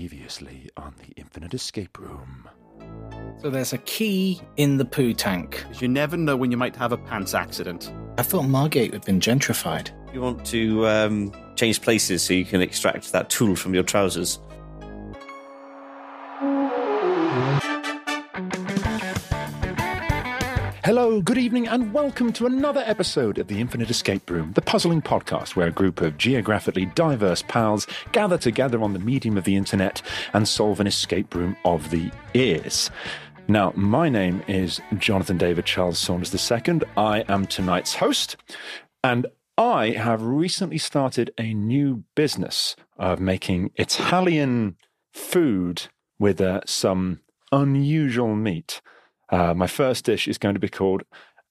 Previously on the Infinite Escape Room. So there's a key in the poo tank. 'Cause you never know when you might have a pants accident. I thought Margate had been gentrified. You want to um, change places so you can extract that tool from your trousers. Hello, good evening, and welcome to another episode of the Infinite Escape Room, the puzzling podcast where a group of geographically diverse pals gather together on the medium of the internet and solve an escape room of the ears. Now, my name is Jonathan David Charles Saunders II. I am tonight's host, and I have recently started a new business of making Italian food with uh, some unusual meat. Uh, my first dish is going to be called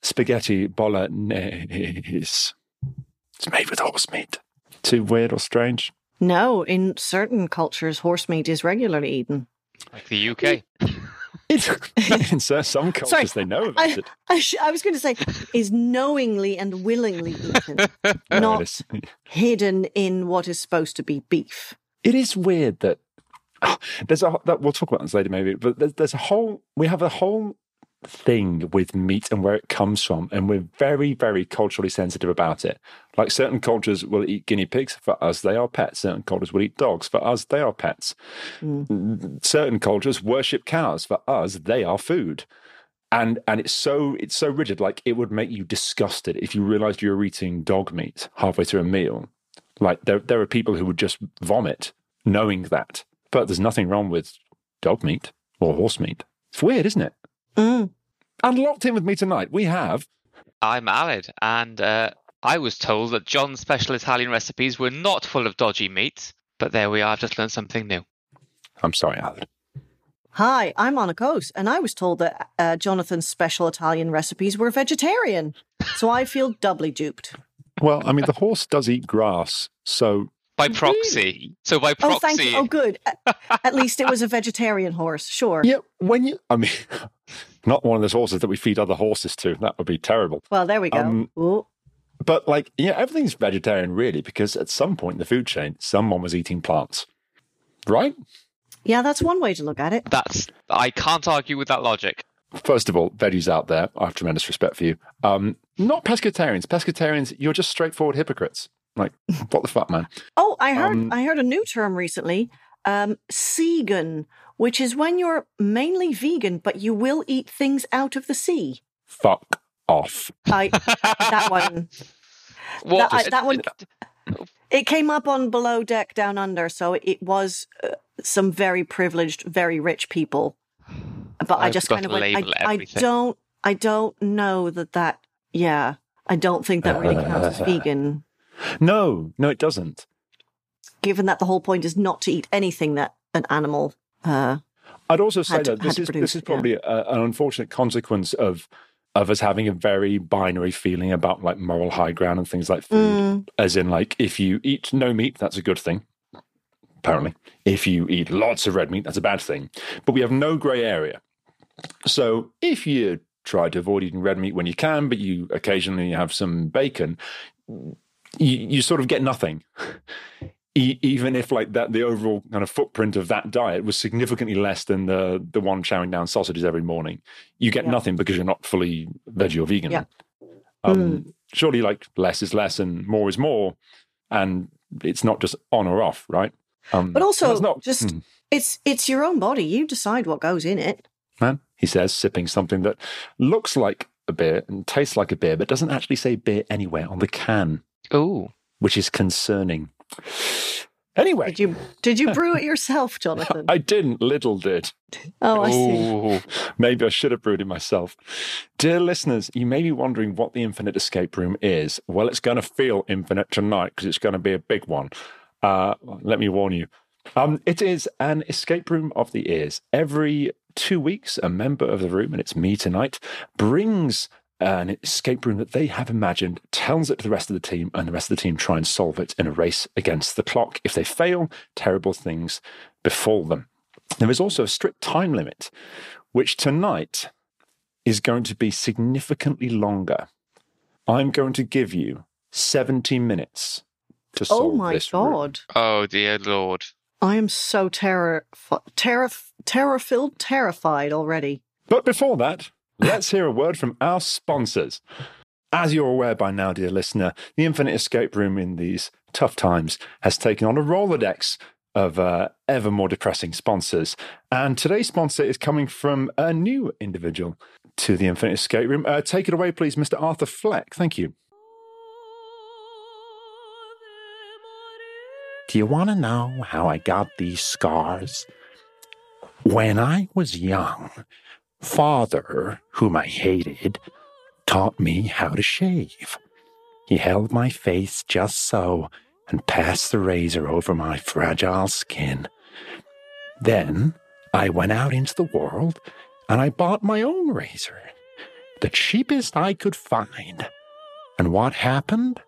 spaghetti bolognese. It's made with horse meat. Too weird or strange? No, in certain cultures, horse meat is regularly eaten. Like the Mm. UK. It's in so- some cultures Sorry, they know about I, it. I, sh- I was going to say, is knowingly and willingly eaten, No, not it, is, hidden in what is supposed to be beef. it is weird that oh, there's a that we'll talk about this later maybe, but there's, there's a whole we have a whole thing with meat and where it comes from, and we're very very culturally sensitive about it. Like certain cultures will eat guinea pigs for us, they are pets. Certain cultures will eat dogs for us, they are pets. certain cultures worship cows for us they are food and and it's so it's so rigid like it would make you disgusted if you realized you were eating dog meat halfway through a meal like there there are people who would just vomit knowing that but there's nothing wrong with dog meat or horse meat it's weird isn't it Mm. and locked in with me tonight we have I'm Alid, and uh, I was told that John's special Italian recipes were not full of dodgy meat. But there we are. I've just learned something new. i'm sorry Alan. Hi, I'm Anna Coase, and I was told that uh, Jonathan's special Italian recipes were vegetarian. So I feel doubly duped. well i mean the horse does eat grass so By proxy. So by proxy, Oh, thank you. Oh, good. At, at least it was a vegetarian horse. Sure. yeah when you i mean not one of those horses that we feed other horses to that would be terrible Well, there we go. Um, Ooh. But like, yeah, everything's vegetarian really, because at some point in the food chain, someone was eating plants, right? Yeah, that's one way to look at it. that's I can't argue with that logic. First of all, veggies out there, I have tremendous respect for you. Um, not pescatarians. Pescatarians, you're just straightforward hypocrites. Like, what the fuck, man? Oh, I heard Um, I heard a new term recently, um, seagan, which is when you're mainly vegan but you will eat things out of the sea. Fuck off. I that one What? that, I, that one it came up on below deck down under, so it was uh, some very privileged, very rich people. But i I've just got kind of to went, I, label I everything. don't I don't know that that yeah I don't think that really counts as vegan, No, no, it doesn't. given that the whole point is not to eat anything that an animal. Uh, I'd also say Had to- that this had is to this produce, is probably a, an unfortunate consequence of of us having a very binary feeling about like moral high ground and things like food. mm, as in like if you eat no meat that's a good thing apparently if you eat lots of red meat that's a bad thing but we have no gray area so if you try to avoid eating red meat when you can but you occasionally have some bacon you, you sort of get nothing E- even if like that the overall kind of footprint of that diet was significantly less than the the one chowing down sausages every morning you get Yeah. nothing because you're not fully veggie or vegan Yeah. Hmm. um, surely like less is less and more is more and it's not just on or off right um, But also, that's just- Mm, It's it's your own body. You decide what goes in it. man he says sipping something that looks like a beer and tastes like a beer but doesn't actually say beer anywhere on the can Oh, which is concerning anyway Did you did you brew it yourself, Jonathan? i didn't little did oh, I see. oh, Maybe I should have brewed it myself. Dear listeners, you may be wondering what the infinite escape room is. Well, it's going to feel infinite tonight because it's going to be a big one. Uh, let me warn you. Um, it is an escape room of the ears. Every two weeks, a member of the room, and it's me tonight, brings an escape room that they have imagined, tells it to the rest of the team, and the rest of the team try and solve it in a race against the clock. If they fail, terrible things befall them. There is also a strict time limit, which tonight is going to be significantly longer. I'm going to give you 70 minutes to solve Oh my this room. god! oh, dear lord. I am so terror, terror, terror filled, terrified already. But before that, let's hear a word from our sponsors. As you're aware by now, dear listener, the Infinite Escape Room in these tough times has taken on a Rolodex of uh, ever more depressing sponsors. And today's sponsor is coming from a new individual to the Infinite Escape Room. Uh, take it away, please, Mr. Arthur Fleck. Thank you. Do you want to know how I got these scars? When I was young, father, whom I hated, taught me how to shave. He held my face just so and passed the razor over my fragile skin. Then I went out into the world and I bought my own razor, the cheapest I could find. And what happened?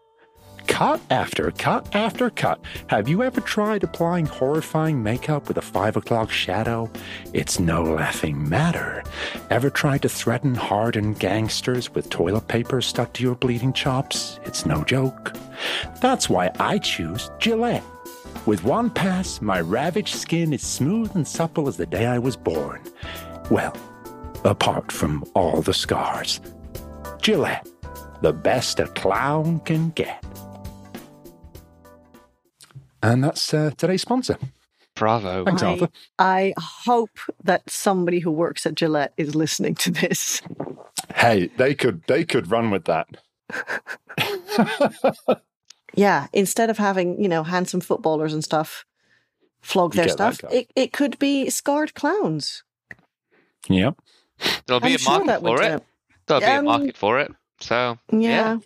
Cut after cut after cut. Have you ever tried applying horrifying makeup with a five o'clock shadow? It's no laughing matter. Ever tried to threaten hardened gangsters with toilet paper stuck to your bleeding chops? It's no joke. That's why I choose Gillette. With one pass, my ravaged skin is smooth and supple as the day I was born. Well, apart from all the scars. Gillette, the best a clown can get. And that's uh, today's sponsor. Bravo. Thanks, I, Arthur. I hope that somebody who works at Gillette is listening to this. Hey, they could they could run with that. Yeah, instead of having, you know, handsome footballers and stuff flog You their get that stuff, guy. it, it could be scarred clowns. Yep. There'll be I'm a sure market that would for it. do. There'll be a Um, market for it. So Yeah.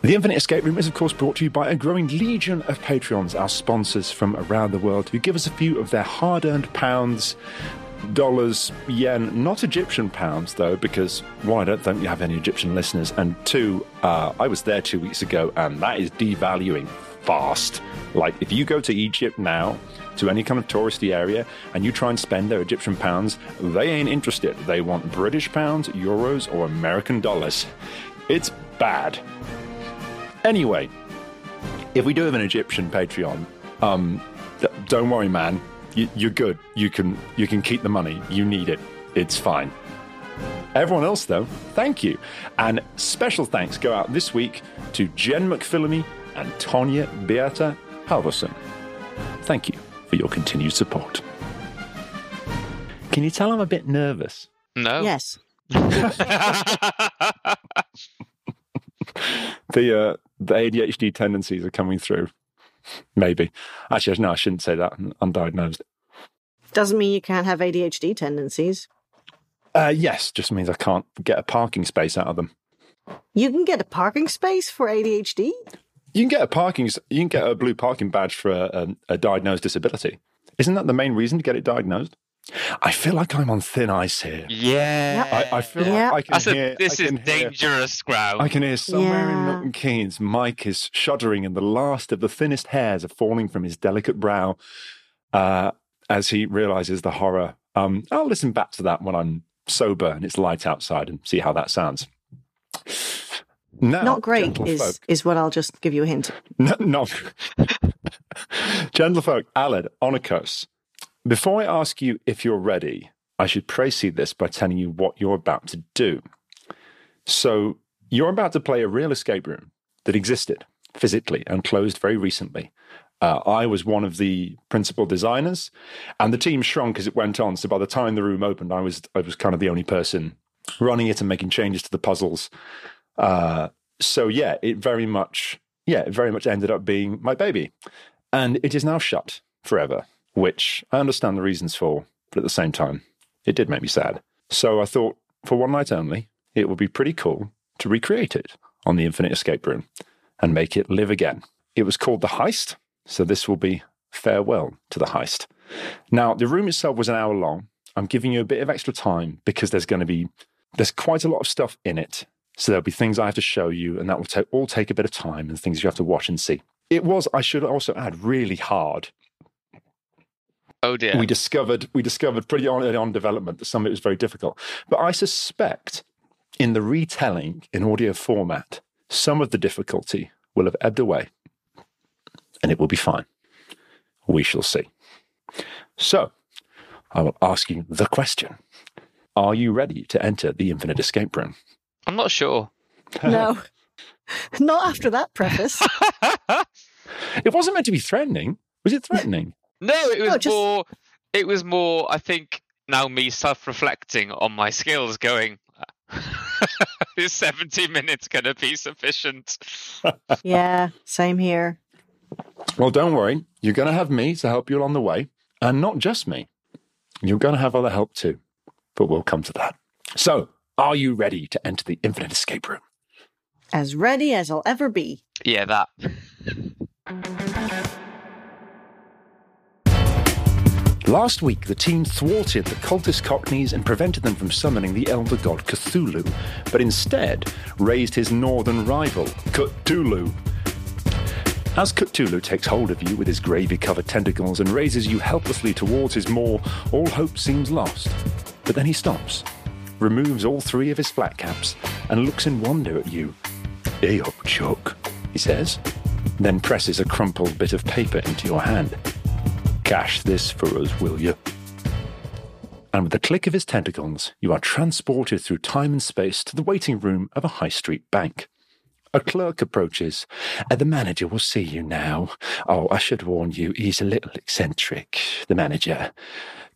The Infinite Escape Room is, of course, brought to you by a growing legion of Patreons, our sponsors from around the world, who give us a few of their hard earned pounds, dollars, yen, not Egyptian pounds, though, because one, I don't think you have any Egyptian listeners, and two, uh, I was there two weeks ago, and that is devaluing fast. Like, if you go to Egypt now, to any kind of touristy area, and you try and spend their Egyptian pounds, they ain't interested. They want British pounds, euros, or American dollars. It's bad. Anyway, if we do have an Egyptian Patreon, um, d- don't worry, man. You, you're good. You can you can keep the money. You need it. It's fine. Everyone else, though, thank you. And special thanks go out this week to Jen McPhillamy and Tonya Beata Halverson. Thank you for your continued support. Can you tell I'm a bit nervous? no. Yes. the uh, the ADHD tendencies are coming through. Maybe. Actually, no, I shouldn't say that. I'm undiagnosed. Doesn't mean you can't have ADHD tendencies. Uh, yes, just means I can't get a parking space out of them. You can get a parking space for ADHD. You can get a parking. s- You can get a blue parking badge for a, a, a diagnosed disability. Isn't that the main reason to get it diagnosed? I feel like I'm on thin ice here. yeah. I, I feel Yeah. like I That's can a- hear. this I is can hear- dangerous ground. I can hear somewhere in Yeah. Milton Keynes, Mike is shuddering, and the last of the thinnest hairs are falling from his delicate brow uh, as he realizes the horror. Um, I'll listen back to that when I'm sober and it's light outside and see how that sounds. Oh, Now, Not great gentle is folk. is what I'll just give you a hint. No, no. Gentlefolk, Alad, Onikos, before I ask you if you're ready, I should precede this by telling you what you're about to do. So, you're about to play a real escape room that existed physically and closed very recently. Uh, I was one of the principal designers, and the team shrunk as it went on. So by the time the room opened, I was I was kind of the only person running it and making changes to the puzzles. Uh, so yeah, it very much yeah, it very much ended up being my baby. And it is now shut forever, which I understand the reasons for, but at the same time, it did make me sad. So I thought, for one night only, it would be pretty cool to recreate it on the Infinite Escape Room and make it live again. It was called The Heist, so this will be farewell to The Heist. Now, the room itself was an hour long. I'm giving you a bit of extra time because there's going to be there's quite a lot of stuff in it. So there'll be things I have to show you, and that will ta- all take a bit of time and things you have to watch and see. It was, I should also add, really hard. oh dear. We discovered we discovered pretty early on in development that some of it was very difficult. But I suspect in the retelling in audio format, some of the difficulty will have ebbed away, and it will be fine. We shall see. So, I will ask you the question Are you ready to enter the infinite escape room? I'm not sure. No. Not after that preface. It wasn't meant to be threatening. Was it threatening? No, it was No, just- more. It was more. I think now me self-reflecting on my skills, going, "Is seventy minutes going to be sufficient?" yeah, same here. well, don't worry. You're going to have me to help you along the way, and not just me. You're going to have other help too, but we'll come to that. So, are you ready to enter the infinite escape room? As ready as I'll ever be. Yeah, that. Last week, the team thwarted the cultist cockneys and prevented them from summoning the elder god Cthulhu, but instead raised his northern rival, Cthulhu. As Cthulhu takes hold of you with his gravy covered tentacles and raises you helplessly towards his maw, all hope seems lost. But then he stops, removes all three of his flat caps, and looks in wonder at you. Hey up, Chuck, he says, then presses a crumpled bit of paper into your hand. Cash this for us, will you? And with the click of his tentacles, you are transported through time and space to the waiting room of a high street bank. A clerk approaches. "Uh, the manager will see you now. Oh, I should warn you, he's a little eccentric. The manager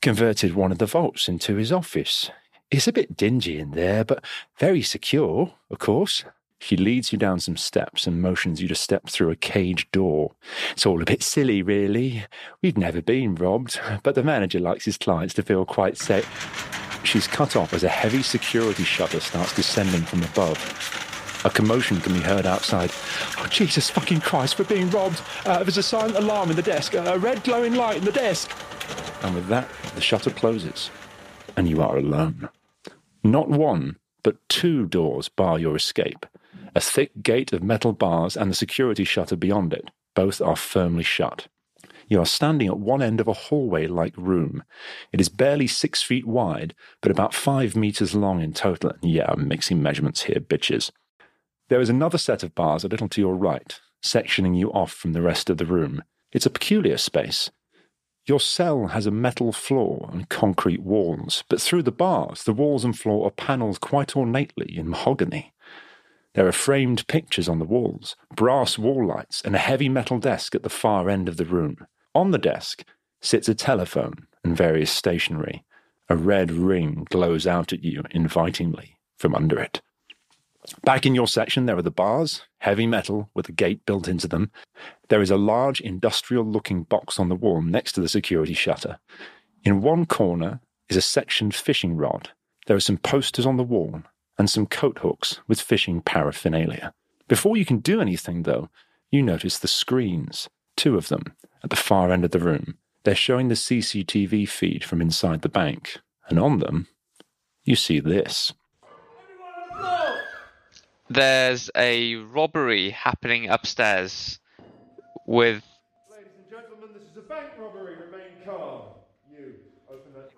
converted one of the vaults into his office. It's a bit dingy in there, but very secure, of course. She leads you down some steps and motions you to step through a cage door. It's all a bit silly, really. We've never been robbed, but the manager likes his clients to feel quite safe. She's cut off as a heavy security shutter starts descending from above. A commotion can be heard outside. Oh, Jesus fucking Christ, we're being robbed. Uh, there's a silent alarm in the desk, a red glowing light in the desk. And with that, the shutter closes, and you are alone. Not one, but two doors bar your escape a thick gate of metal bars and the security shutter beyond it. Both are firmly shut. You are standing at one end of a hallway like room. It is barely six feet wide, but about five meters long in total. Yeah, I'm mixing measurements here, bitches. There is another set of bars a little to your right, sectioning you off from the rest of the room. It's a peculiar space. Your cell has a metal floor and concrete walls, but through the bars, the walls and floor are panelled quite ornately in mahogany. There are framed pictures on the walls, brass wall lights, and a heavy metal desk at the far end of the room. On the desk sits a telephone and various stationery. A red ring glows out at you invitingly from under it. Back in your section, there are the bars, heavy metal with a gate built into them. There is a large industrial looking box on the wall next to the security shutter. In one corner is a sectioned fishing rod. There are some posters on the wall and some coat hooks with fishing paraphernalia. Before you can do anything, though, you notice the screens, two of them, at the far end of the room. They're showing the CCTV feed from inside the bank, and on them, you see this. There's a robbery happening upstairs with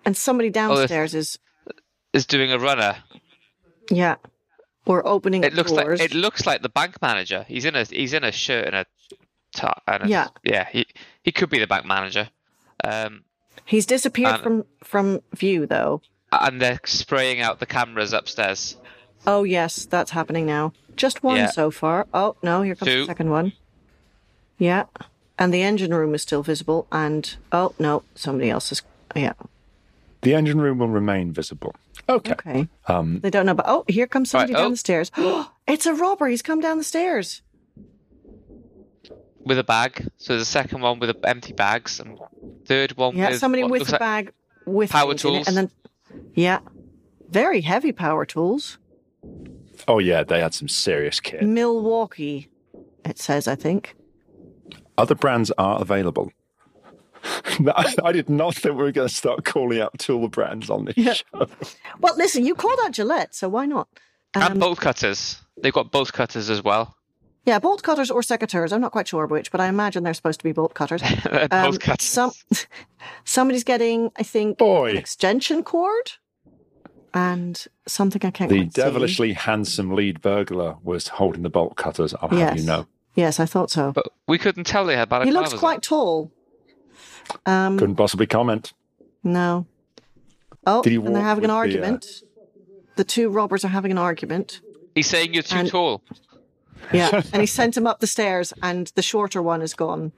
And somebody there's- downstairs is is doing a runner. yeah. We're opening It looks doors. like it looks like the bank manager. He's in a he's in a shirt and a top. And a, Yeah. yeah. He he could be the bank manager. Um, He's disappeared and- from from view though. and they're spraying out the cameras upstairs. Oh yes, that's happening now. Just one Yeah. so far. Oh no, here comes Two. the second one. Yeah. And the engine room is still visible and oh no, somebody else is yeah. The engine room will remain visible. Okay. Okay. Um they don't know about oh, here comes somebody Right, oh. down the stairs. it's a robber, he's come down the stairs. with a bag. So there's a second one with a, empty bags, and third one Yeah, with somebody what with looks a like- bag with power things in it, tools. and then yeah. Very heavy power tools. Oh, yeah, they had some serious kit. Milwaukee, it says, I think. Other brands are available. I I did not think we were going to start calling out tool brands on this show. Well, listen, you called out Gillette, so why not? um, and bolt cutters. They've got bolt cutters as well. Yeah, bolt cutters or secateurs. I'm not quite sure which, but I imagine they're supposed to be bolt cutters. They're Um, bolt cutters. Some, somebody's getting, I think, Boy. an extension cord and something I can't The quite see. devilishly handsome lead burglar was holding the bolt cutters, I'll have Yes. you know. Yes, I thought so. But we couldn't tell they had he balaclavas. looks on. quite tall. Um, Couldn't possibly comment. No. Oh, Did he and they're walk having with an the, uh, argument. The two robbers are having an argument. He's saying you're too And- tall. Yeah, and he sent him up the stairs, and the shorter one is gone.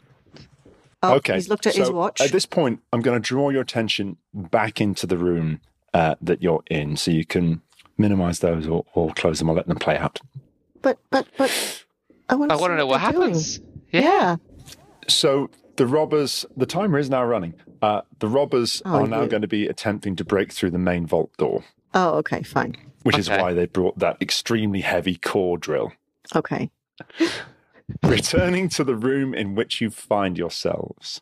Oh, okay. he's looked at his so watch. At this point, I'm going to draw your attention back into the room uh, that you're in so you can minimize those or, or close them or let them play out. But but but I want I to. want to know what happens. Yeah. Yeah. So the robbers, the timer is now running. Uh, the robbers Oh, are now you- going to be attempting to break through the main vault door, Oh, okay, fine. which is Okay. why they brought that extremely heavy core drill. Okay. returning to the room in which you find yourselves.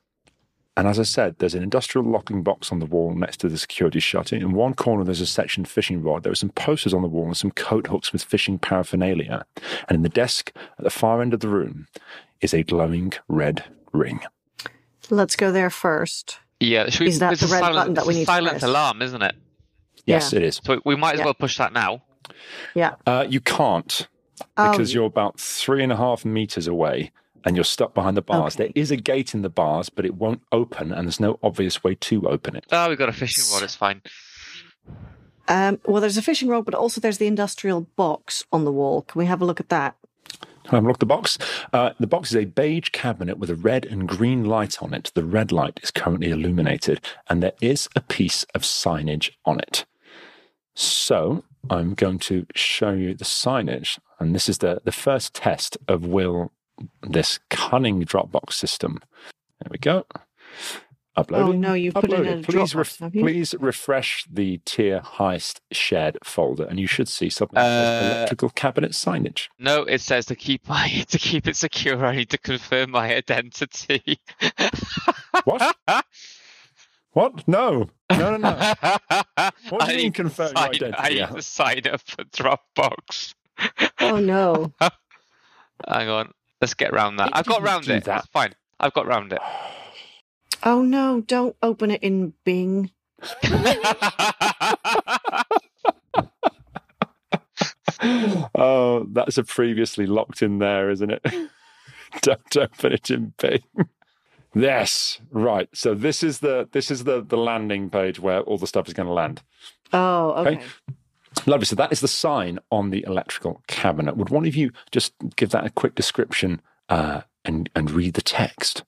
And as I said, there's an industrial locking box on the wall next to the security shutter. In one corner, there's a section fishing rod. There are some posters on the wall and some coat hooks with fishing paraphernalia. And in the desk at the far end of the room is a glowing red ring. Let's go there first. Yeah. Should we, Is that it's the a red silent, button that it's we a need to silent press? alarm, isn't it? Yes, Yeah. it is. So we might as Yeah. well push that now. Yeah. Uh, you can't Oh, because you're about three and a half meters away and you're stuck behind the bars. Okay. There is a gate in the bars, but it won't open, and there's no obvious way to open it. Oh, we've got a fishing rod. It's fine. Um, well, there's a fishing rod, but also there's the industrial box on the wall. Can we have a look at that? Have a Um, look at the box. Uh, the box is a beige cabinet with a red and green light on it. The red light is currently illuminated, and there is a piece of signage on it. So I'm going to show you the signage, and this is the, the first test of will this cunning Dropbox system. There we go. Uploading. Oh, no, you've put it uploaded. in a please, Dropbox, ref- have you? please refresh the tier highest shared folder, and you should see something that says Uh, electrical cabinet signage. No, it says to keep my to keep it secure. I need to confirm my identity. What? what? No. No, no, no. What do I you mean need to confirm your sign- I identity? need to sign up for Dropbox. Oh no. Hang on, let's get round that. It I've got didn't round do it. that. That's fine. I've got round it. oh no! Don't open it in Bing. oh, that's a previously locked in there, isn't it? don't open it in Bing. Yes, right. So this is the this is the the landing page where all the stuff is going to land. Oh, okay. Okay. Lovely. So that is the sign on the electrical cabinet. Would one of you just give that a quick description uh, and and read the text?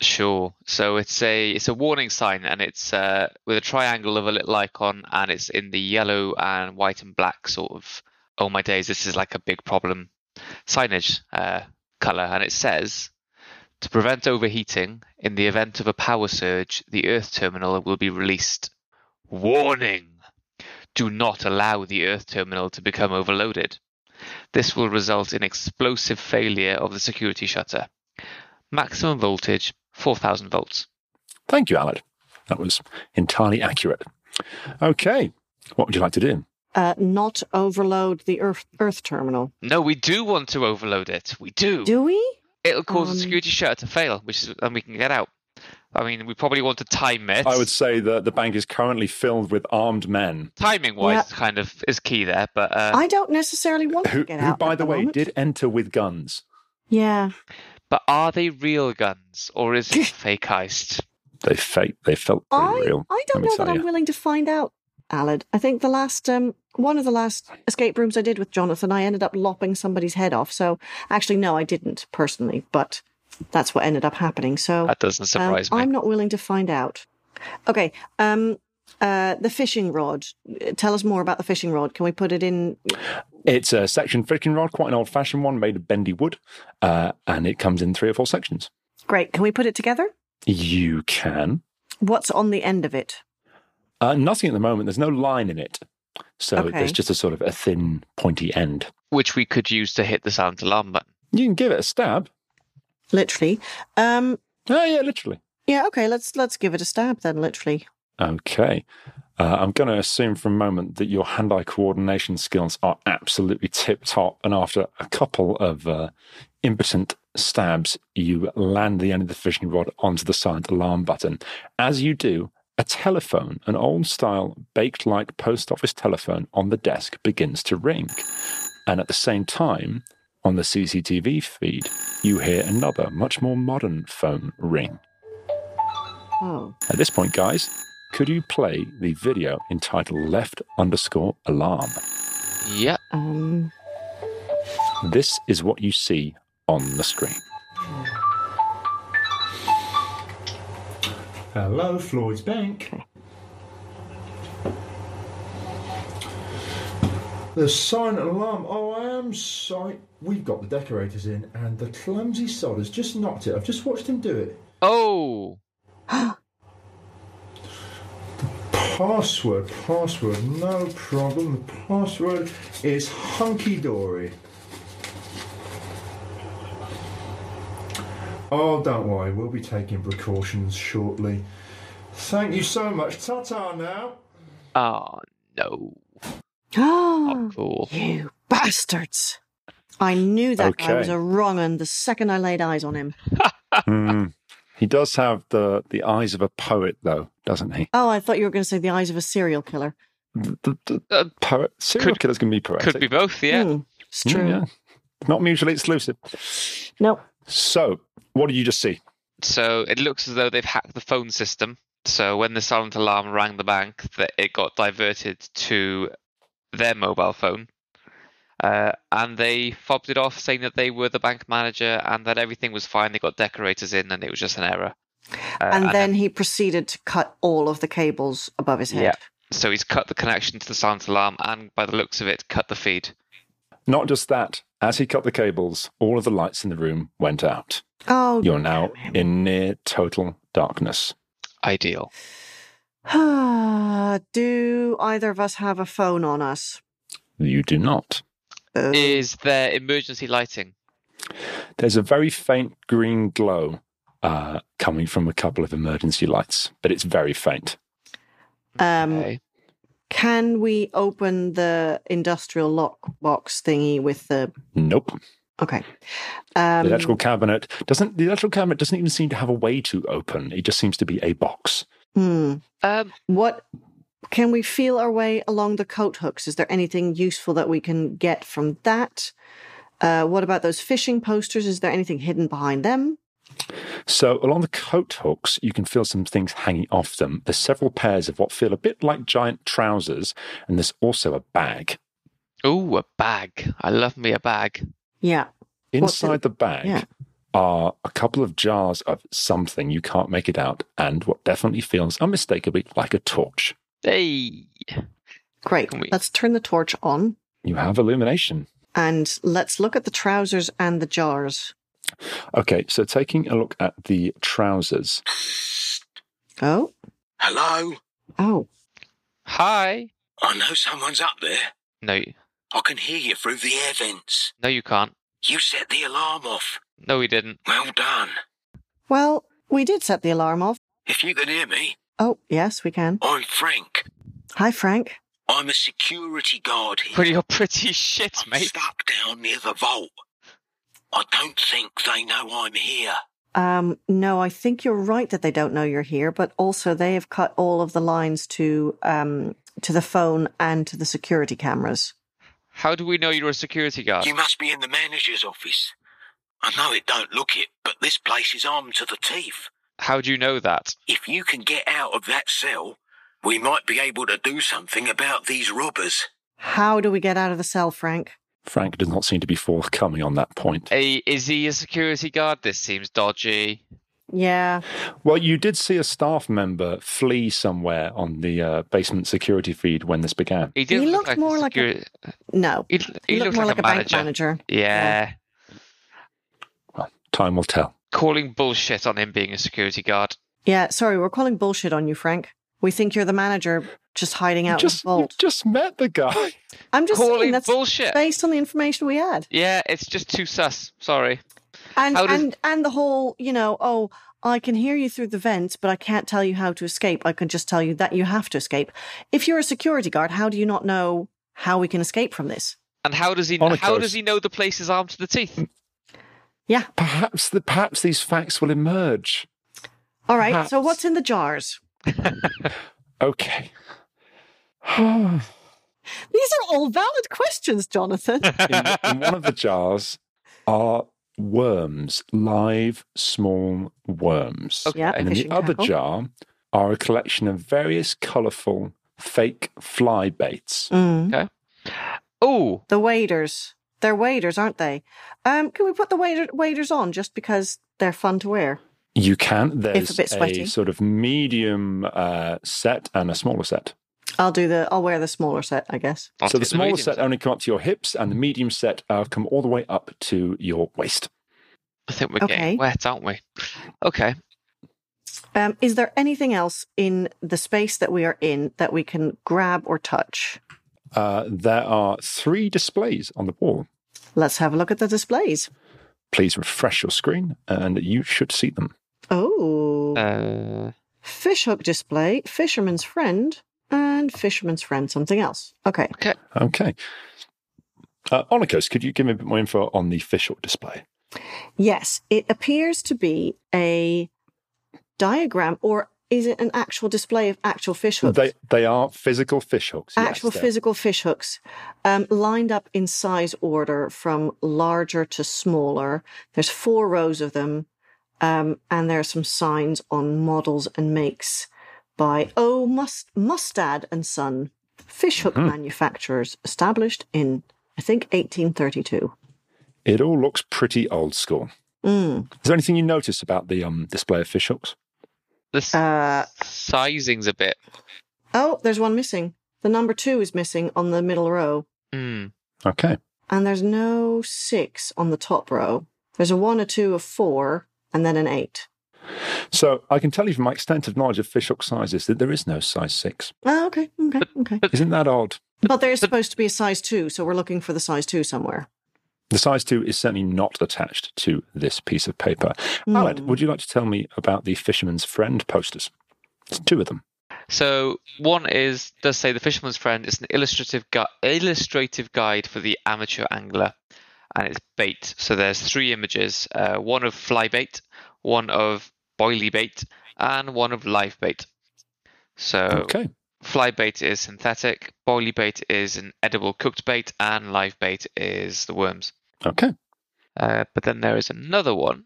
Sure. So it's a it's a warning sign, and it's uh, with a triangle of a little icon, and it's in the yellow and white and black sort of. Oh my days! This is like a big problem. Signage uh, color, and it says to prevent overheating in the event of a power surge, the Earth terminal will be released. Warning! Do not allow the Earth terminal to become overloaded. This will result in explosive failure of the security shutter maximum voltage 4000 volts Thank you, Alan. That was entirely accurate. Okay. What would you like to do? Uh, not overload the Earth Earth terminal. no we do want to overload it we do, Do we? it'll cause um, the security shutter to fail which is and we can get out i mean we probably want to time it I would say that the bank is currently filled with armed men. timing wise kind of is key there but uh, I don't necessarily want Who, to get who, out. by at the way, moment. did enter with guns. Yeah. but are they real guns or is it fake heist They fake. They felt pretty I real. I let don't me know tell that I'm you. willing to find out, Alad. I think the last um one of the last escape rooms I did with Jonathan, I ended up lopping somebody's head off. So actually, no, I didn't personally, but that's what ended up happening. So that doesn't um, surprise me I'm not willing to find out. Okay. Um. Uh. The fishing rod. Tell us more about the fishing rod. Can we put it in? It's a section fishing rod, quite an old-fashioned one made of bendy wood, uh, and it comes in three or four sections. Great. Can we put it together? You can. What's on the end of it? Uh, nothing at the moment. There's no line in it, so Okay. there's just a sort of a thin, pointy end. which we could use to hit the silent alarm button You can give it a stab. Literally. Um. Oh yeah, literally. Yeah. Okay. Let's let's give it a stab then. Literally. Okay. Uh, I'm going to assume for a moment that your hand eye coordination skills are absolutely tip top. And after a couple of uh, impotent stabs, you land the end of the fishing rod onto the silent alarm button. As you do, a telephone, an old style baked like post office telephone on the desk begins to ring. And at the same time, on the CCTV feed, you hear another, much more modern phone ring. Oh. At this point, guys, could you play the video entitled Left underscore alarm? Yep. Um. This is what you see on the screen. Hello, Floyd's Bank. The silent alarm. Oh, I am sorry. We've got the decorators in, and the clumsy sod has just knocked it. I've just watched him do it. Oh, Password, password, no problem. The password is hunky dory. Oh, don't worry, we'll be taking precautions shortly. Thank you so much. Ta ta now. oh no. Oh, Not cool. you bastards! I knew that guy was Okay. a wrong un the second I laid eyes on him. Hmm. He does have the, the eyes of a poet, though, doesn't he? Oh, I thought you were going to say the eyes of a serial killer. The, the- the Uh, poet, serial could- killers can be poetic. Could be both, yeah. Hmm, it's Hmm, true. yeah. Not mutually exclusive. Nope. So, what did you just see? So it looks as though they've hacked the phone system. So when the silent alarm rang the bank, that it got diverted to their mobile phone, uh, and they fobbed it off, saying that they were the bank manager and that everything was fine. They got decorators in, and it was just an error. Uh, and then he proceeded to cut all of the cables above his head. so he's cut the connection to the silent alarm, and by the looks of it, cut the feed. Not just that, as he cut the cables, all of the lights in the room went out. Oh, You're now in near total darkness. Ideal. do either of us have a phone on us? You do not. Oh, Is there emergency lighting? There's a very faint green glow uh, coming from a couple of emergency lights, but it's very faint. um, Okay. Can we open the industrial lockbox thingy with the? Nope. Okay. Um, the electrical cabinet doesn't. The electrical cabinet doesn't even seem to have a way to open. It just seems to be a box. hmm. Um, What can we feel our way along the coat hooks? Is there anything useful that we can get from that? Uh, what about those fishing posters? Is there anything hidden behind them? So along the coat hooks, you can feel some things hanging off them. There's several pairs of what feel a bit like giant trousers, and there's also a bag. ooh, a bag. I love me a bag. Yeah. What's in- Inside the bag yeah. are a couple of jars of something you can't make it out, and what definitely feels unmistakably like a torch. Hey. Great. Can we- Let's turn the torch on You have illumination. and let's look at the trousers and the jars. Okay, so taking a look at the trousers, Oh, Hello? oh, Hi. I know someone's up there. No, you- I can hear you through the air vents. no, you can't. You set the alarm off. No, we didn't. Well done. well, we did set the alarm off. If you can hear me, Oh, yes, we can. I'm Frank. Hi, Frank. I'm a security guard here. Well, you're pretty shit, I'm mate. stuck down near the vault. I don't think they know I'm here. Um, no, I think you're right that they don't know you're here, but also they have cut all of the lines to um, to the phone and to the security cameras. How do we know you're a security guard? You must be in the manager's office. I know it don't look it, but this place is armed to the teeth. How do you know that? If you can get out of that cell, we might be able to do something about these robbers. How do we get out of the cell, Frank? Frank does not seem to be forthcoming on that point. Hey, is he a security guard? This seems dodgy. Yeah, Well, you did see a staff member flee somewhere on the uh, basement security feed when this began. He didn't He look looked like more a like a- security. no. He, he looked looked more like, a bank manager. manager. Yeah. Time will tell. Calling bullshit on him being a security guard. Yeah, sorry, we're calling bullshit on you, Frank. We think you're the manager just hiding You out just, in the you vault. just met the guy. I'm just saying Calling that's bullshit. based on the information we had. Yeah, it's just too sus. Sorry. And How does- and and the whole, you know, oh, I can hear you through the vents, but I can't tell you how to escape. I can just tell you that you have to escape. If you're a security guard, how do you not know how we can escape from this? And how does he? On a How coast. does he know the place is armed to the teeth? Yeah. Perhaps the perhaps these facts will emerge. All right. So Perhaps. what's in the jars? Okay. These are all valid questions, Jonathan. in, in one of the jars are worms, live small worms. Okay. Yeah, And in the fishing other tackle. jar are a collection of various colourful fake fly baits. Mm. Oh, The waders. They're waders, aren't they? Um, can we put the wader- waders on just because they're fun to wear? You can. There's bit sweaty. sort of medium uh, set and a smaller set. I'll do the. I'll wear the smaller set, I guess. I'll so the take smaller medium set only come up to your hips, and the medium set uh, come all the way up to your waist. I think we're Okay. getting wet, aren't we? Okay. Um, is there anything else in the space that we are in that we can grab or touch? Uh, there are three displays on the wall. Let's have a look at the displays. Please refresh your screen, and you should see them. Oh, Uh, fishhook display, fisherman's friend, and fisherman's friend. Something else. Okay. Okay. Uh, Onikos, could you give me a bit more info on the fishhook display? Yes, it appears to be a diagram, or is it an actual display of actual fish hooks? They they are physical fish hooks. yes, actual they're- physical fish hooks um, lined up in size order from larger to smaller. There's four rows of them, um, and there are some signs on models and makes by O Must Mustad and Son, fish hook manufacturers established in I think 1832. It all looks pretty old school. Mm. Is there anything you notice about the um, display of fish hooks? the s- Uh, sizing's a bit. oh, there's one missing. The number two is missing on the middle row. Mm. Okay. and there's no six on the top row. There's a one, a two, a four, and then an eight. So I can tell you from my extensive knowledge of fish hook sizes that there is no size six. Oh, okay, okay, okay. Isn't that odd? But there is supposed to be a size two, so we're looking for the size two somewhere. The size two is certainly not attached to this piece of paper. Alad, would you like to tell me about the fisherman's friend posters? It's two of them. So one is does say the fisherman's friend is an illustrative gu- illustrative guide for the amateur angler, and it's bait. So there's three images: uh, one of fly bait, one of boilie bait, and one of live bait. So Okay. fly bait is synthetic, boilie bait is an edible cooked bait, and live bait is the worms. Okay. Uh, but then there is another one.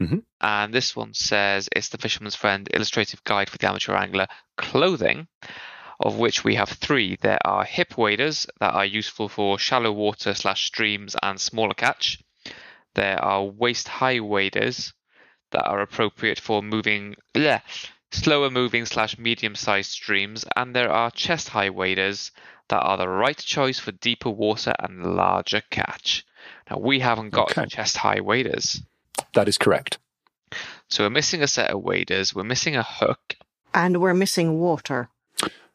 Mhm. And this one says it's the Fisherman's Friend Illustrative Guide for the Amateur Angler Clothing, of which we have three. There are hip waders that are useful for shallow water slash streams and smaller catch. There are waist high waders that are appropriate for moving, bleh, slower moving slash medium sized streams. And there are chest high waders that are the right choice for deeper water and larger catch. Now, we haven't got Okay. chest high waders. That is correct. So we're missing a set of waders. We're missing a hook. And we're missing water.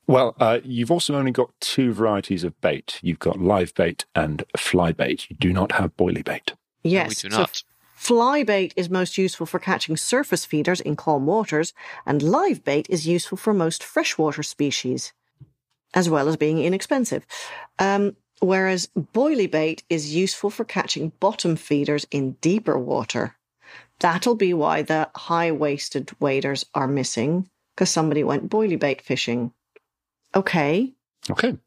Well, uh, you've also only got two varieties of bait. You've got live bait and fly bait. You do not have boilie bait. and Yes. we do so not. fly bait is most useful for catching surface feeders in calm waters, and live bait is useful for most freshwater species, as well as being inexpensive. Um, whereas boilie bait is useful for catching bottom feeders in deeper water. That'll be why the high waisted waders are missing, because somebody went boilie bait fishing. Okay Okay.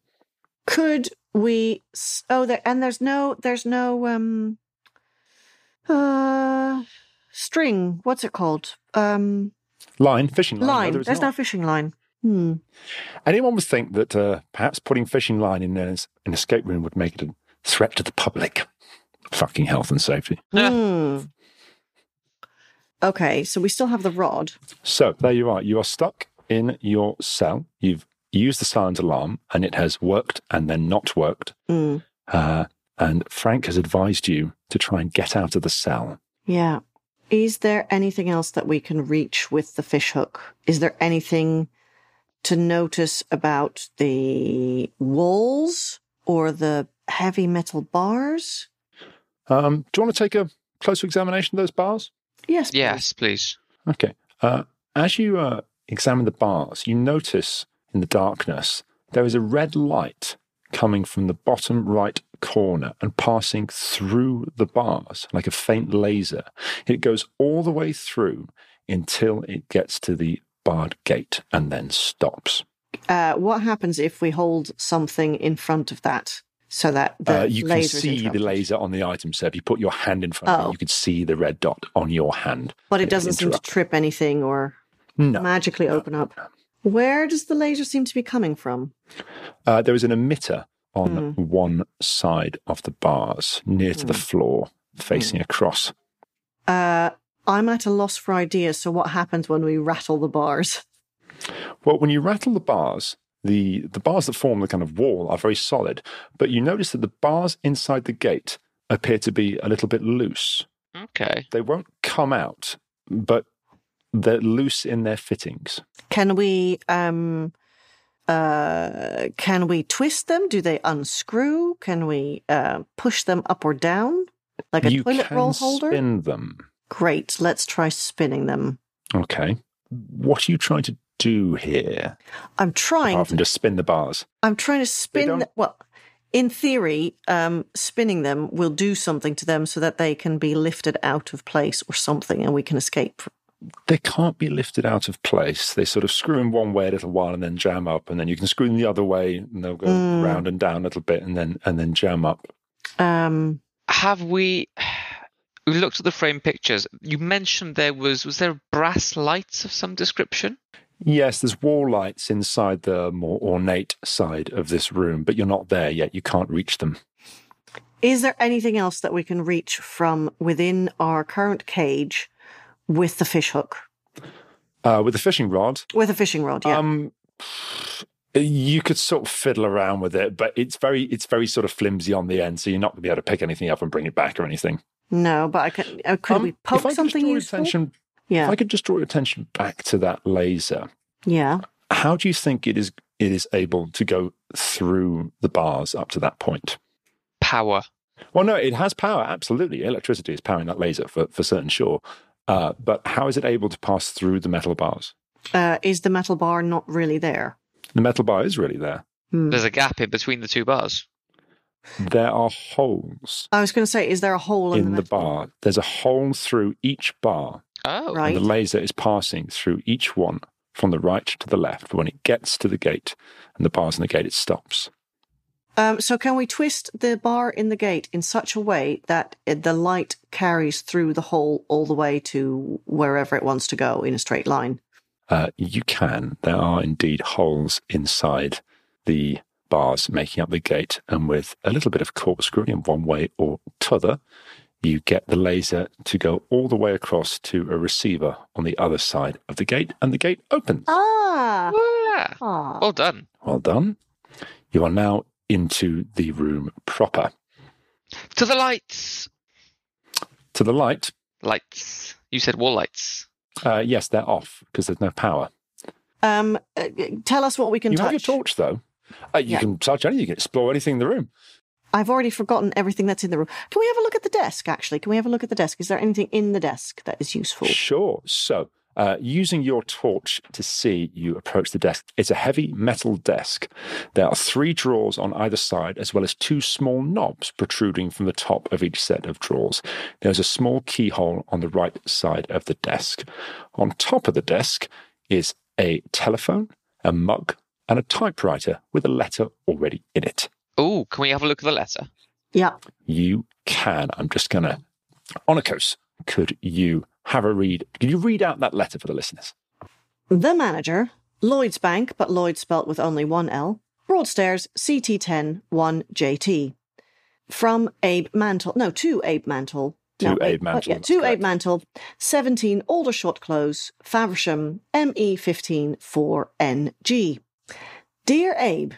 could we s- oh there and there's no there's no um uh string what's it called um Line, fishing line. line no, there is there's no not. fishing line hmm Anyone would think that uh, perhaps putting fishing line in an, an escape room would make it a threat to the public. Fucking health and safety. Yeah. Hmm. okay so we still have the rod So there you are. You are stuck in your cell. You've used the silent alarm and it has worked and then not worked. Hmm. Uh, and Frank has advised you to try and get out of the cell. yeah is there anything else that we can reach with the fish hook is there anything to notice about the walls or the heavy metal bars Um, do you want to take a closer examination of those bars? yes please. Yes, please. Okay. Uh, as you uh, examine the bars, you notice in the darkness there is a red light coming from the bottom right corner and passing through the bars like a faint laser. It goes all the way through until it gets to the barred gate and then stops. uh, what happens if we hold something in front of that? so that the uh, you can laser is see the interrupted. laser on the item, sir. If you put your hand in front of Oh. it, you can see the red dot on your hand. But it It's doesn't seem to interrupted. trip anything or No. magically open up. Where does the laser seem to be coming from? Uh, there is an emitter on Hmm. one side of the bars, near to the floor, facing Hmm. across. Uh, I'm at a loss for ideas. So what happens when we rattle the bars? Well, when you rattle the bars, the, the bars that form the kind of wall are very solid, but you notice that the bars inside the gate appear to be a little bit loose. Okay. They won't come out, but they're loose in their fittings. Can we um, uh, can we twist them? Do they unscrew? Can we uh, push them up or down like a you toilet can roll holder? spin them. Great. Let's try spinning them. Okay. What are you trying to do here? I'm trying Apart from just spin the bars. I'm trying to spin. don't- The, well, in theory, um, spinning them will do something to them so that they can be lifted out of place or something, and we can escape. They can't be lifted out of place. They sort of screw in one way a little while and then jam up, and then you can screw them the other way and they'll go Mm. round and down a little bit and then and then jam up. Um, Have we? We looked at the frame pictures. You mentioned there was was there brass lights of some description? Yes, there's wall lights inside the more ornate side of this room, but you're not there yet. You can't reach them. is there anything else that we can reach from within our current cage with the fish hook, Uh, with the fishing rod, with a fishing rod? Yeah. Um, you could sort of fiddle around with it, but it's very it's very sort of flimsy on the end, so you're not going to be able to pick anything up and bring it back or anything. no, but I can. Uh, could Um, we if I poke could something draw your useful? attention- yeah. If I could just draw your attention back to that laser, yeah. how do you think it is it is able to go through the bars up to that point? Power. Well, no, it has power. Absolutely, electricity is powering that laser for for certain sure. Uh, but how is it able to pass through the metal bars? Uh, is the metal bar not really there? The metal bar is really there. Hmm. There's a gap in between the two bars. There are holes I was going to say, is there a hole in, in the metal bar. There's a hole through each bar. Oh, Right. and the laser is passing through each one from the right to the left. When it gets to the gate and the bars in the gate, it stops. Um, so can we twist the bar in the gate in such a way that it- the light carries through the hole all the way to wherever it wants to go in a straight line? Uh, you can. There are indeed holes inside the bars making up the gate, and with a little bit of corkscrew in one way or t'other, you get the laser to go all the way across to a receiver on the other side of the gate, and the gate opens. Ah, Yeah. ah. Well done. Well done. You are now into the room proper. To the lights. To the light, Lights. You said wall lights. uh, yes, they're off because there's no power. Um, uh, tell us what we can you have your touch. torch though. Uh, you Yeah. can touch anything. You can explore anything in the room. I've already forgotten everything that's in the room. Can we have a look at the desk? Actually, can we have a look at the desk? Is there anything in the desk that is useful? Sure. So, uh, using your torch to see, you approach the desk. It's a heavy metal desk. There are three drawers on either side, as well as two small knobs protruding from the top of each set of drawers. There's a small keyhole on the right side of the desk. On top of the desk is a telephone, a mug, and a typewriter with a letter already in it. Oh, can we have a look at the letter? Yeah. you can. I'm just going to. Onikos, could you have a read? Could you read out that letter for the listeners? The manager, Lloyd's Bank, but Lloyd spelt with only one L, Broadstairs, CT10 1JT. From Abe Mantle, no, to Abe Mantle. To no, Abe wait, Mantle, yeah, that's to correct. Abe Mantle, 17 Aldershot Close, Faversham, E ME15 4NG. Dear Abe,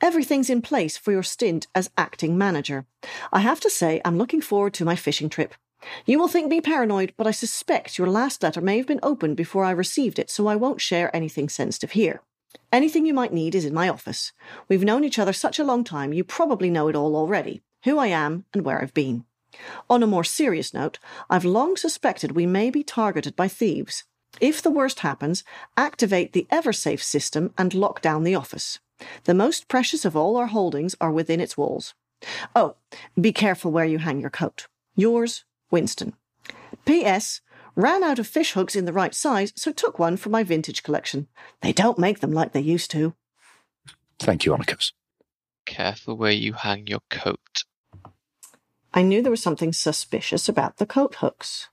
Everything's in place for your stint as acting manager. I have to say, I'm looking forward to my fishing trip. You will think me paranoid, but I suspect your last letter may have been opened before I received it, so I won't share anything sensitive here. Anything you might need is in my office. We've known each other such a long time, you probably know it all already who I am and where I've been. On a more serious note, I've long suspected we may be targeted by thieves. If the worst happens, activate the EverSafe system and lock down the office. The most precious of all our holdings are within its walls. Oh, be careful where you hang your coat. Yours, Winston. P.S. Ran out of fish hooks in the right size, so took one from my vintage collection. They don't make them like they used to. Thank you, Onikos. Careful where you hang your coat. I knew there was something suspicious about the coat hooks.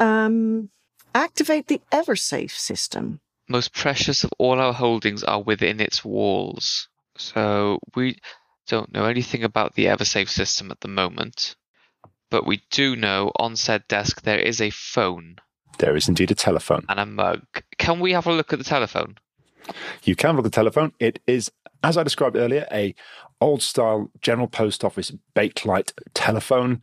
Um, activate the Eversafe system. Most precious of all our holdings are within its walls. So we don't know anything about the Eversafe system at the moment, but we do know on said desk there is a phone There is indeed a telephone. and a mug. Can we have a look at the telephone? You can look at the telephone. It is, as I described earlier, a old style general post office bakelite telephone.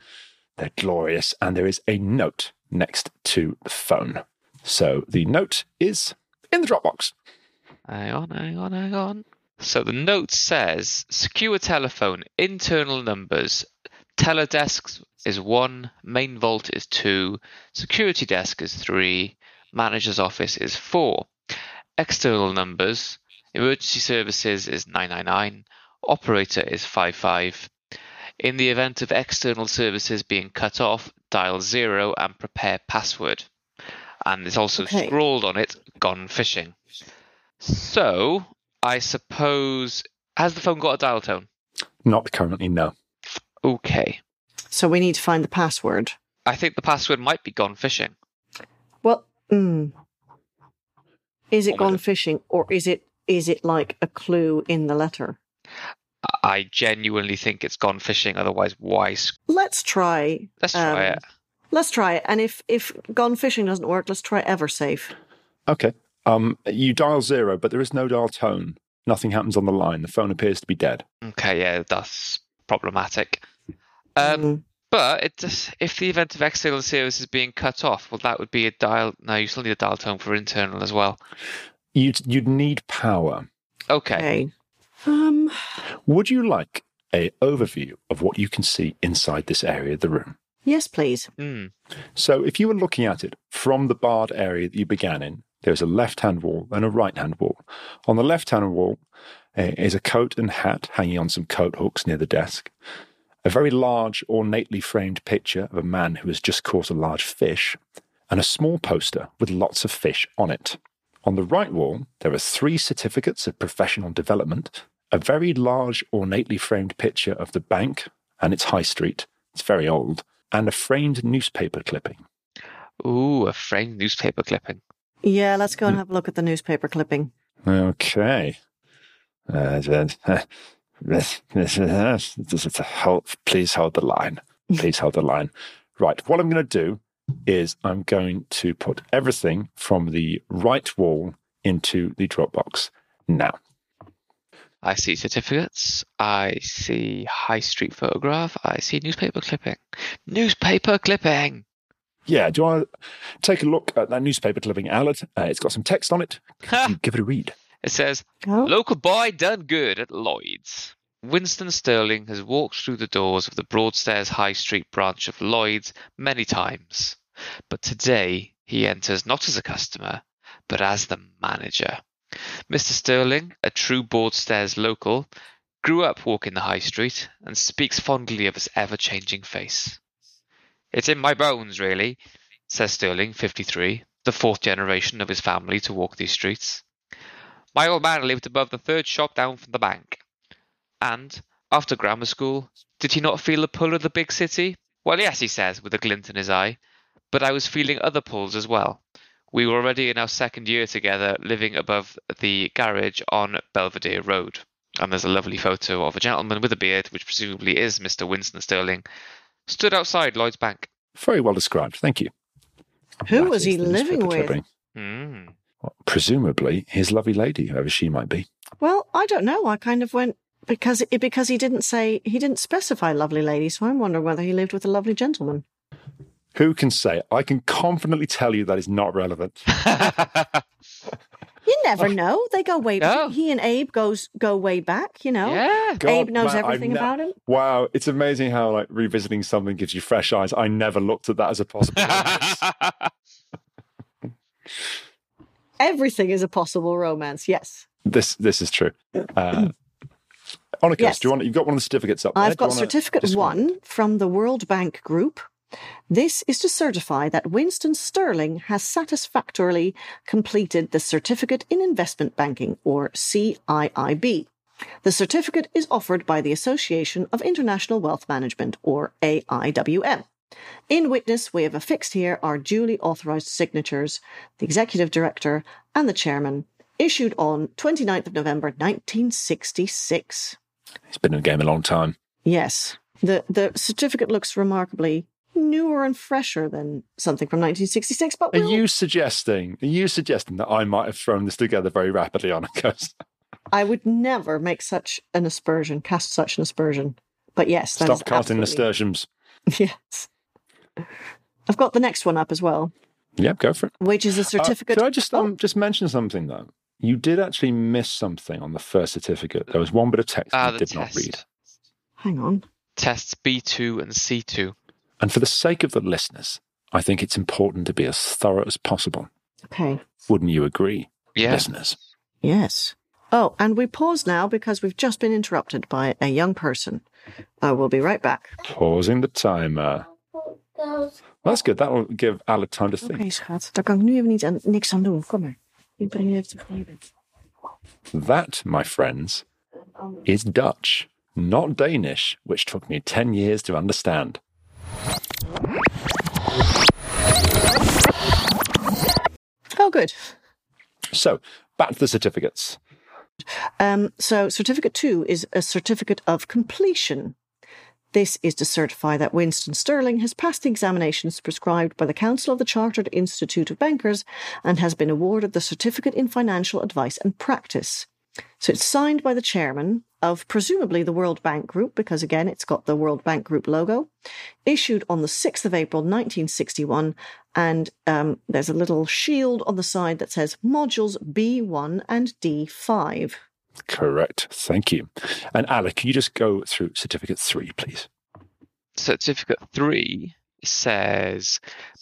They're glorious, and there is a note next to the phone. So the note is in the Dropbox. Hang on, hang on, hang on. So the note says secure telephone, internal numbers, teledesk is one, main vault is two, security desk is three, manager's office is four. External numbers, emergency services is 999, operator is 55. In the event of external services being cut off, dial zero and prepare password. And it's also Okay. scrawled on it, gone fishing. So, I suppose has the phone got a dial tone? Not currently, no. Okay. So we need to find the password. I think the password might be gone fishing. Well, mm, is it What was gone it? fishing, or is it is it like a clue in the letter? I- I genuinely think it's gone fishing. Otherwise, why? sc- Let's try. Let's try um, it. Let's try it. And if if gone fishing doesn't work, let's try Eversafe. Okay. Um, you dial zero, but there is no dial tone. Nothing happens on the line. The phone appears to be dead. Okay, yeah, that's problematic. Um, Mm. but it just, if the event of external service is being cut off, well, that would be a dial. No, you still need a dial tone for internal as well. You'd, you'd need power. Okay. okay. Um. Would you like a overview of what you can see inside this area of the room? Yes, please. Hmm. So if you were looking at it from the barred area that you began in, there's a left hand wall and a right hand wall. On the left hand wall eh, is a coat and hat hanging on some coat hooks near the desk, a very large, ornately framed picture of a man who has just caught a large fish, and a small poster with lots of fish on it. On the right wall, there are three certificates of professional development, a very large, ornately framed picture of the bank and its high street. It's very old, and a framed newspaper clipping. Ooh, a framed newspaper clipping. Yeah, let's go and have a look at the newspaper clipping. Okay. Uh, then, uh, this- this- uh, this is a help. Please hold the line. Please hold the line. Right. What I'm going to do is I'm going to put everything from the right wall into the Dropbox now. I see certificates. I see high street photograph. I see newspaper clipping. Newspaper clipping. Yeah. Do you want to take a look at that newspaper clipping, Allard? Uh, it's got some text on it. Ah. Ha! You give it a read. It says, Oh. Local boy done good at Lloyd's. Winston Sterling has walked through the doors of the Broadstairs High Street branch of Lloyd's many times, but today he enters not as a customer, but as the manager. Mr. Sterling, a true Broadstairs local, grew up walking the High Street and speaks fondly of its ever changing face. It's in my bones, really, says Sterling, 53, the fourth generation of his family to walk these streets. My old man lived above the third shop down from the bank. And, after grammar school, did he not feel the pull of the big city? Well, yes, he says, with a glint in his eye. But I was feeling other pulls as well. We were already in our second year together, living above the garage on Belvedere Road. And there's a lovely photo of a gentleman with a beard, which presumably is Mr. Winston Sterling, stood outside Lloyd's Bank. Very well described. Thank you. Who That was is he the newspaper living with? clipping. Hmm. Presumably his lovely lady, whoever she might be. Well, I don't know. I kind of went because it, because he didn't say he didn't specify lovely lady, so I'm wondering whether he lived with a lovely gentleman. Who can say? I can confidently tell you that is not relevant. You never know. They go way Oh. No. back. He and Abe goes go way back, you know. Yeah. Abe knows wow, everything I've ne- about him. Wow, it's amazing how like revisiting something gives you fresh eyes. I never looked at that as a possibility. Everything is a possible romance. Yes. this this is true. Uh, Onikos, Yes. do you want? You've got one of the certificates up. there. I've Do you got wanna certificate just- one from the World Bank Group. This is to certify that Winston Sterling has satisfactorily completed the Certificate in Investment Banking, or CIIB. The certificate is offered by the Association of International Wealth Management, or AIWM. In witness, we have affixed here our duly authorized signatures, the executive director and the chairman, issued on 29th of November 1966. It's been in the game a long time. Yes, the the certificate looks remarkably newer and fresher than something from 1966. But Are we'll, you suggesting? Are you suggesting that I might have thrown this together very rapidly on a coast? I would never make such an aspersion, cast such an aspersion. But yes, that is Stop casting absolutely- nasturtiums. Yes, I've got the next one up as well, Yep, go for it. which is a Uh, certificate. Oh, did I just um, just mention something though? You did actually miss something on the first certificate. There was one bit of text Ah, you the did not test. read. Hang on. Tests B2 and C2. And for the sake of the listeners, I think it's important to be as thorough as possible. Okay. Wouldn't you agree, Yeah. listeners? Yes. Oh, and we pause now because we've just been interrupted by a young person. Uh, we'll be right back. Pausing the timer. Well, that's good. That will give Alec time to think. Oké, schat. Daar kan ik nu even niet aan, niks aan doen. Kom maar. Ik breng je even terug naar je bed. That, my friends, is Dutch, not Danish, which took me 10 years to understand. Oh, good. So, back to the certificates. Um, so, certificate two is a certificate of completion. This is to certify that Winston Sterling has passed the examinations prescribed by the Council of the Chartered Institute of Bankers and has been awarded the Certificate in Financial Advice and Practice. So it's signed by the chairman of presumably the World Bank Group, because again, it's got the World Bank Group logo, issued on the 6th of April 1961. And um, there's a little shield on the side that says modules B1 and D5. Correct. Thank you. And Alec, can you just go through certificate three, please? certificate three says,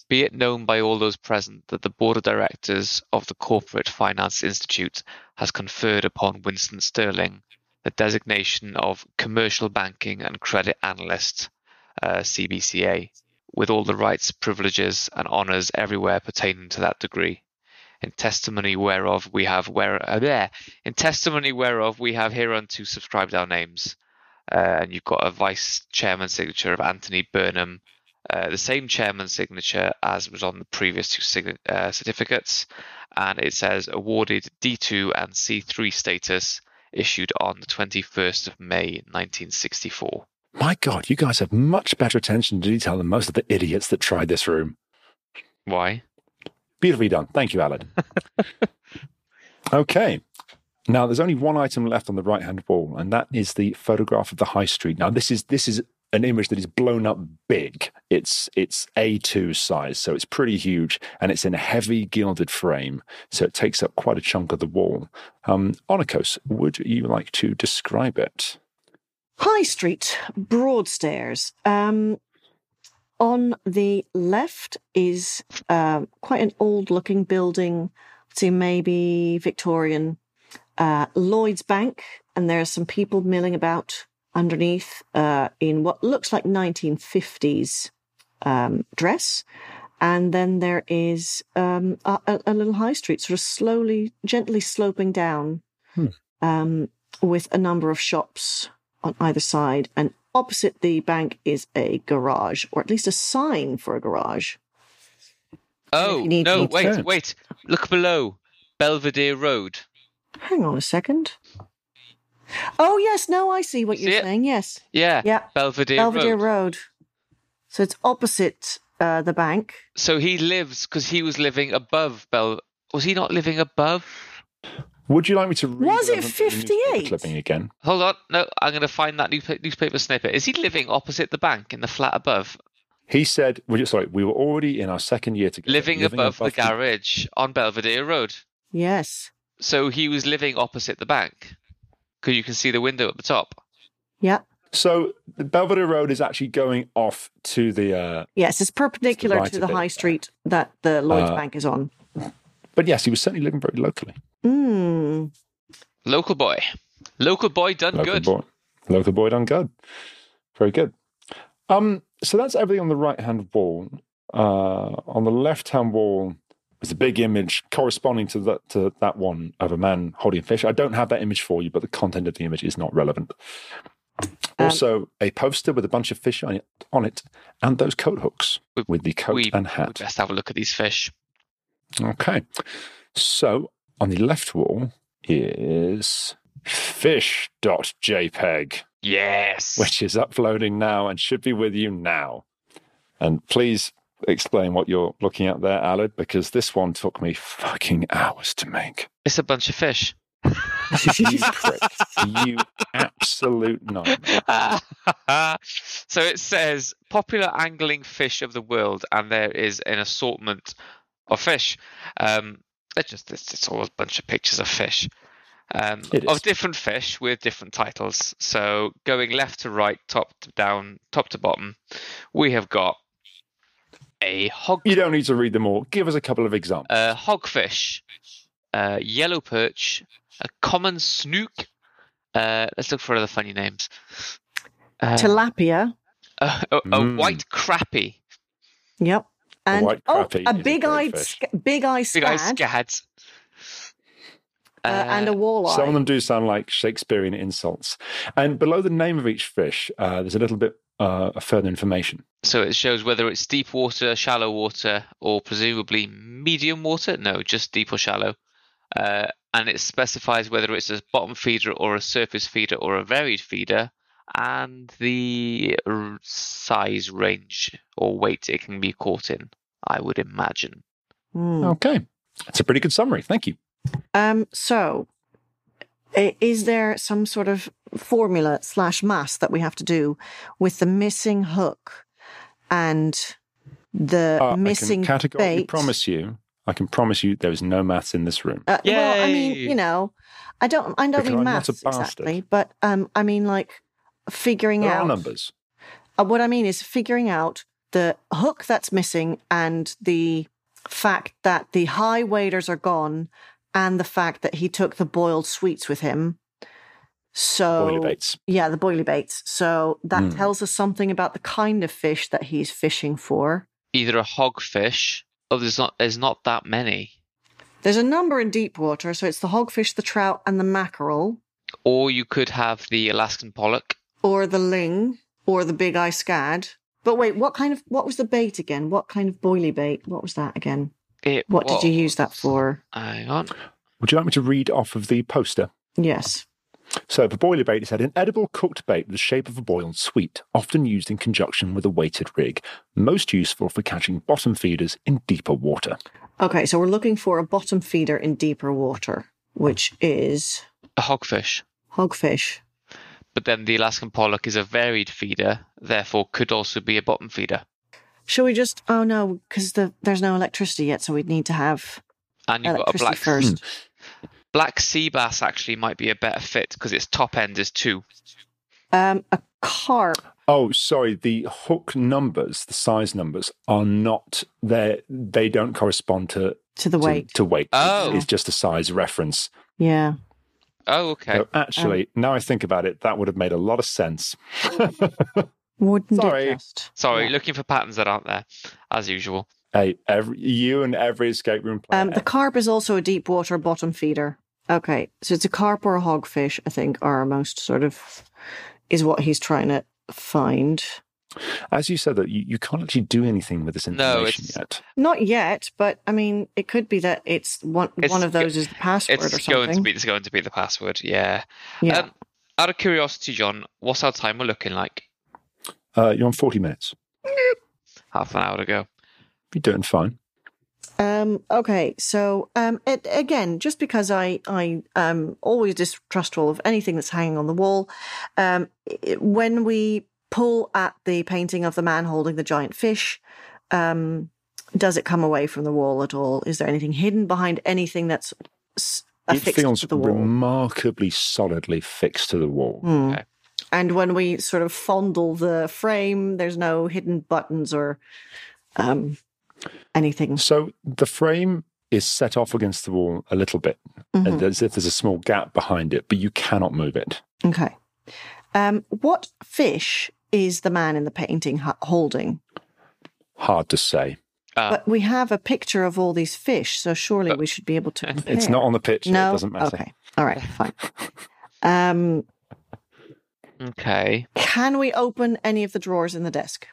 Be it known by all those present that the board of directors of the Corporate Finance Institute has conferred upon Winston Sterling the designation of commercial banking and credit analyst, uh, CBCA, with all the rights, privileges, and honours everywhere pertaining to that degree. In testimony whereof we have where uh, there in testimony whereof we have hereunto subscribed our names uh, and you've got a vice chairman signature of Anthony Burnham, uh, the same chairman signature as was on the previous two sign- uh, certificates, and it says awarded D2 and C3 status issued on the 21st of May 1964. My God, you guys have much better attention to detail than most of the idiots that tried this room. Why? Beautifully done. Thank you, Alan. okay. Now there's only one item left on the right hand wall, and that is the photograph of the high street. Now this is this is an image that is blown up big. It's it's A2 size, so it's pretty huge, and it's in a heavy gilded frame, so it takes up quite a chunk of the wall. Um, Onikos, would you like to describe it? High Street, Broad Stairs. Um, on the left is uh, quite an old looking building, I'd say maybe Victorian, uh, Lloyd's Bank, and there are some people milling about underneath uh, in what looks like 1950s um, dress. And then there is um, a, a- a little high street, sort of slowly, gently sloping down um, with a number of shops on either side, and opposite the bank is a garage, or at least a sign for a garage. Oh, need no, me to- wait, wait. Look below. Belvedere Road. Hang on a second. Oh yes, no, I see what See you're it? saying. Yes, Yeah, Yeah, Belvedere, Belvedere Road. Road. So it's opposite uh, the bank. So he lives because he was living above Bel. Was he not living above? Would you like me to read Was it the newspaper 58? clipping again? Hold on, no, I'm going to find that new newspaper snippet. Is he living opposite the bank in the flat above, He said, we sorry, we were already in our second year together. living, above, the garage on Belvedere Road? Yes. So he was living opposite the bank because you can see the window at the top. Yeah. So the Belvedere Road is actually going off to the. Uh, Yes, it's perpendicular right to a the bit. high street that the Lloyd's Uh, Bank is on. but yes, he was certainly living very locally. Mm. Local boy, local boy done Local good. boy, local boy done good. Very good. Um, so that's everything on the right hand wall. Uh, on the left hand wall, was a big image corresponding to that to that one of a man holding a fish. I don't have that image for you, but the content of the image is not relevant. Um, also, a poster with a bunch of fish on it, on it and those coat hooks We- with the coat we and We'd hat. best have a look at these fish. Okay. So on the left wall is fish.jpg, Yes. E which is uploading now and should be with you now. And please explain what you're looking at there, Alad, because this one took me fucking hours to make. It's a bunch of fish. You prick. you absolute nightmare. so it says popular angling fish of the world, and there is an assortment of fish. Um, they're just it's, it's all a bunch of pictures of fish, um, It is. of different fish with different titles. So going left to right, top to down, top to bottom, we have got a hog, You don't need to read them all. Give us a couple of examples. uh, hogfish, uh, yellow perch, a common snook. Uh, let's look for other funny names. Uh, tilapia. a, a, a Mm. white crappie. Yep. And white oh, crappie a is a big eyed, great fish. big eye Big eyes scad, scads. uh, and a walleye. Some of them do sound like Shakespearean insults. And below the name of each fish, uh, there's a little bit uh, of further information. so it shows whether it's deep water, shallow water, or presumably medium water. No, just deep or shallow. Uh, and it specifies whether it's a bottom feeder or a surface feeder or a varied feeder, and the r- size range or weight it can be caught in. I would imagine. Hmm. Okay. That's a pretty good summary. Thank you. Um, so, i- is there some sort of formula slash mass that we have to do with the missing hook and the Uh, missing I can categorically bait? promise you, I can promise you there is no maths in this room. Uh, well, I mean, Yay. you know, I don't, I don't Because mean I'm not maths a bastard. exactly, but um, I mean like figuring There are out numbers. Uh, what I mean is figuring out the hook that's missing and the fact that the high waders are gone and the fact that he took the boiled sweets with him. So, Boiler baits. yeah, the boilie baits. So that Mm. tells us something about the kind of fish that he's fishing for. Either a hogfish. Oh, there's not. There's not that many. There's a number in deep water. So it's the hogfish, the trout, and the mackerel, Or you could have the Alaskan pollock. or the ling, or the big eye scad. But wait, what kind of, what was the bait again? What kind of boilie bait? What was that again? It What did you use that was- for? Hang on. Would you like me to read off of the poster? Yes. So for boiler bait, it said an edible cooked bait with the shape of a boiled sweet, often used in conjunction with a weighted rig, most useful for catching bottom feeders in deeper water. Okay, so we're looking for a bottom feeder in deeper water, which is A hogfish. hogfish. But then the Alaskan pollock is a varied feeder, therefore could also be a bottom feeder. Shall we just? Oh no, because the, there's no electricity yet, so we'd need to have And you've got a electricity black first. black sea bass actually might be a better fit because its top end is two. Hmm. Um, a carp. Oh, sorry. The hook numbers, the size numbers, are not there. They don't correspond to To the to- weight. To, weight. Oh. it's just a size reference. Yeah. Oh, okay. So actually, Um, now I think about it, that would have made a lot of sense. Wouldn't it Sorry. just? Sorry, Yeah. looking for patterns that aren't there, as usual. Hey, every, you and every escape room player. Um, the carp is also a deep water bottom feeder. Okay, so it's a carp or a hogfish. I think are our most sort of is what he's trying to find. As you said, that you, you can't actually do anything with this No, information it's- yet. Not yet, but I mean, it could be that it's one It's one of go- those is the password or It's something. going to be it's going to be the password. Yeah. yeah. Um, out of curiosity, John, what's our timer looking like? Uh, you're on 40 minutes. Half an hour to go. You're doing fine. Um, okay, so um, it, again, just because I I am always distrustful of anything that's hanging on the wall, um, it- when we pull at the painting of the man holding the giant fish, um, does it come away from the wall at all? Is there anything hidden behind anything that's s- It affixed feels to the wall? remarkably solidly fixed to the wall. Hmm. Okay. And when we sort of fondle the frame, there's no hidden buttons or um, anything. So the frame is set off against the wall a little bit, Mhm. and as if there's a small gap behind it, but you cannot move it. Okay. Um, what fish is the man in the painting ho- holding? Hard to say. Uh, but we have a picture of all these fish, so surely we should be able to. Compare. It's not on the pitch, so No. it doesn't matter. Okay. All right. Fine. um, okay. can we open any of the drawers in the desk?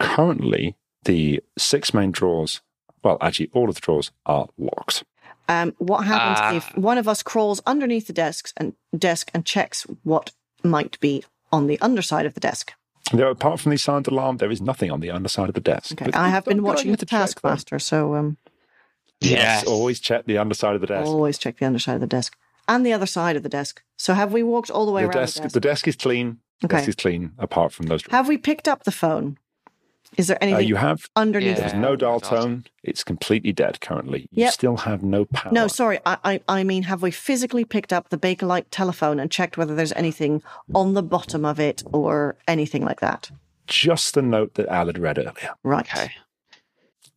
Currently, the six main drawers, well, actually, all of the drawers are locked. Um, what happens Ah. if one of us crawls underneath the desks and desk and checks what might be on the underside of the desk? There, apart from the silent alarm, there is nothing on the underside of the desk. Okay, But I have good been idea watching to the check that. Taskmaster, so um, Yes. Yes. always check the underside of the desk. always check the underside of the desk and the other side of the desk. So have we walked all the way the around desk, the desk? the desk is clean. The Okay. desk is clean. Apart from those, drawers. Have we picked up the phone? Is there Uh, anything you have. underneath? Yeah. There's no dial Dial tone. tone. It's completely dead currently. You Yep. still have no power. No, sorry. I, I I mean, have we physically picked up the Bakelite telephone and checked whether there's anything on the bottom of it or anything like that? just the note that Al had read earlier. Right. Okay.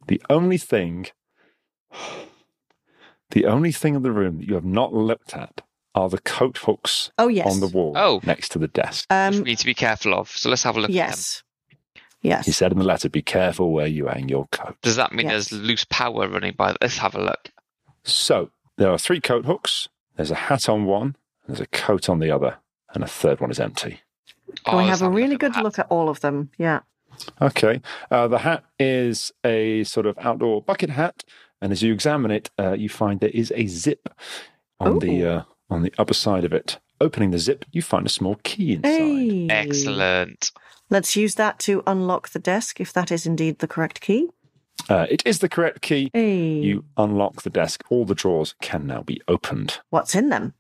The only thing, the only thing in the room that you have not looked at are the coat hooks Oh yes. on the wall Oh. next to the desk. Which Um. we need to be careful of. So let's have a look. At them. Yes. He Yes. said in the letter, "Be careful where you hang your coat." Does that mean Yes. there's loose power running by? Let's have a look. So there are three coat hooks. There's a hat on one. There's a coat on the other, and a third one is empty. Can we Oh, let's have a really good that. look at all of them? Yeah. Okay. Uh, the hat is a sort of outdoor bucket hat, and as you examine it, uh, you find there is a zip on the Ooh. uh, on the upper side of it. Opening the zip, you find a small key inside. Hey. Excellent. Let's use that to unlock the desk if that is indeed the correct key. Uh, it is the correct key. Hey. You unlock the desk. All the drawers can now be opened. What's in them?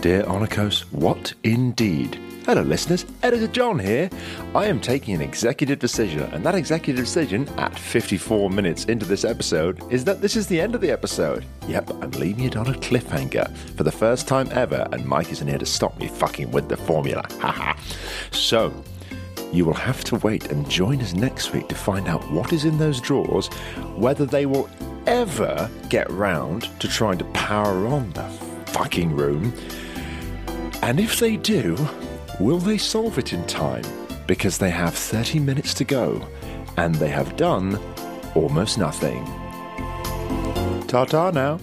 Dear Onikos, what indeed? Hello, listeners. Editor John here. I am taking an executive decision, and that executive decision at 54 minutes into this episode is that this is the end of the episode. Yep, I'm leaving it on a cliffhanger for the first time ever, and Mike isn't here to stop me fucking with the formula. Haha. so, you will have to wait and join us next week to find out what is in those drawers, whether they will ever get round to trying to power on the fucking room, and if they do, will they solve it in time? Because they have 30 minutes to go, and they have done almost nothing. Ta ta now.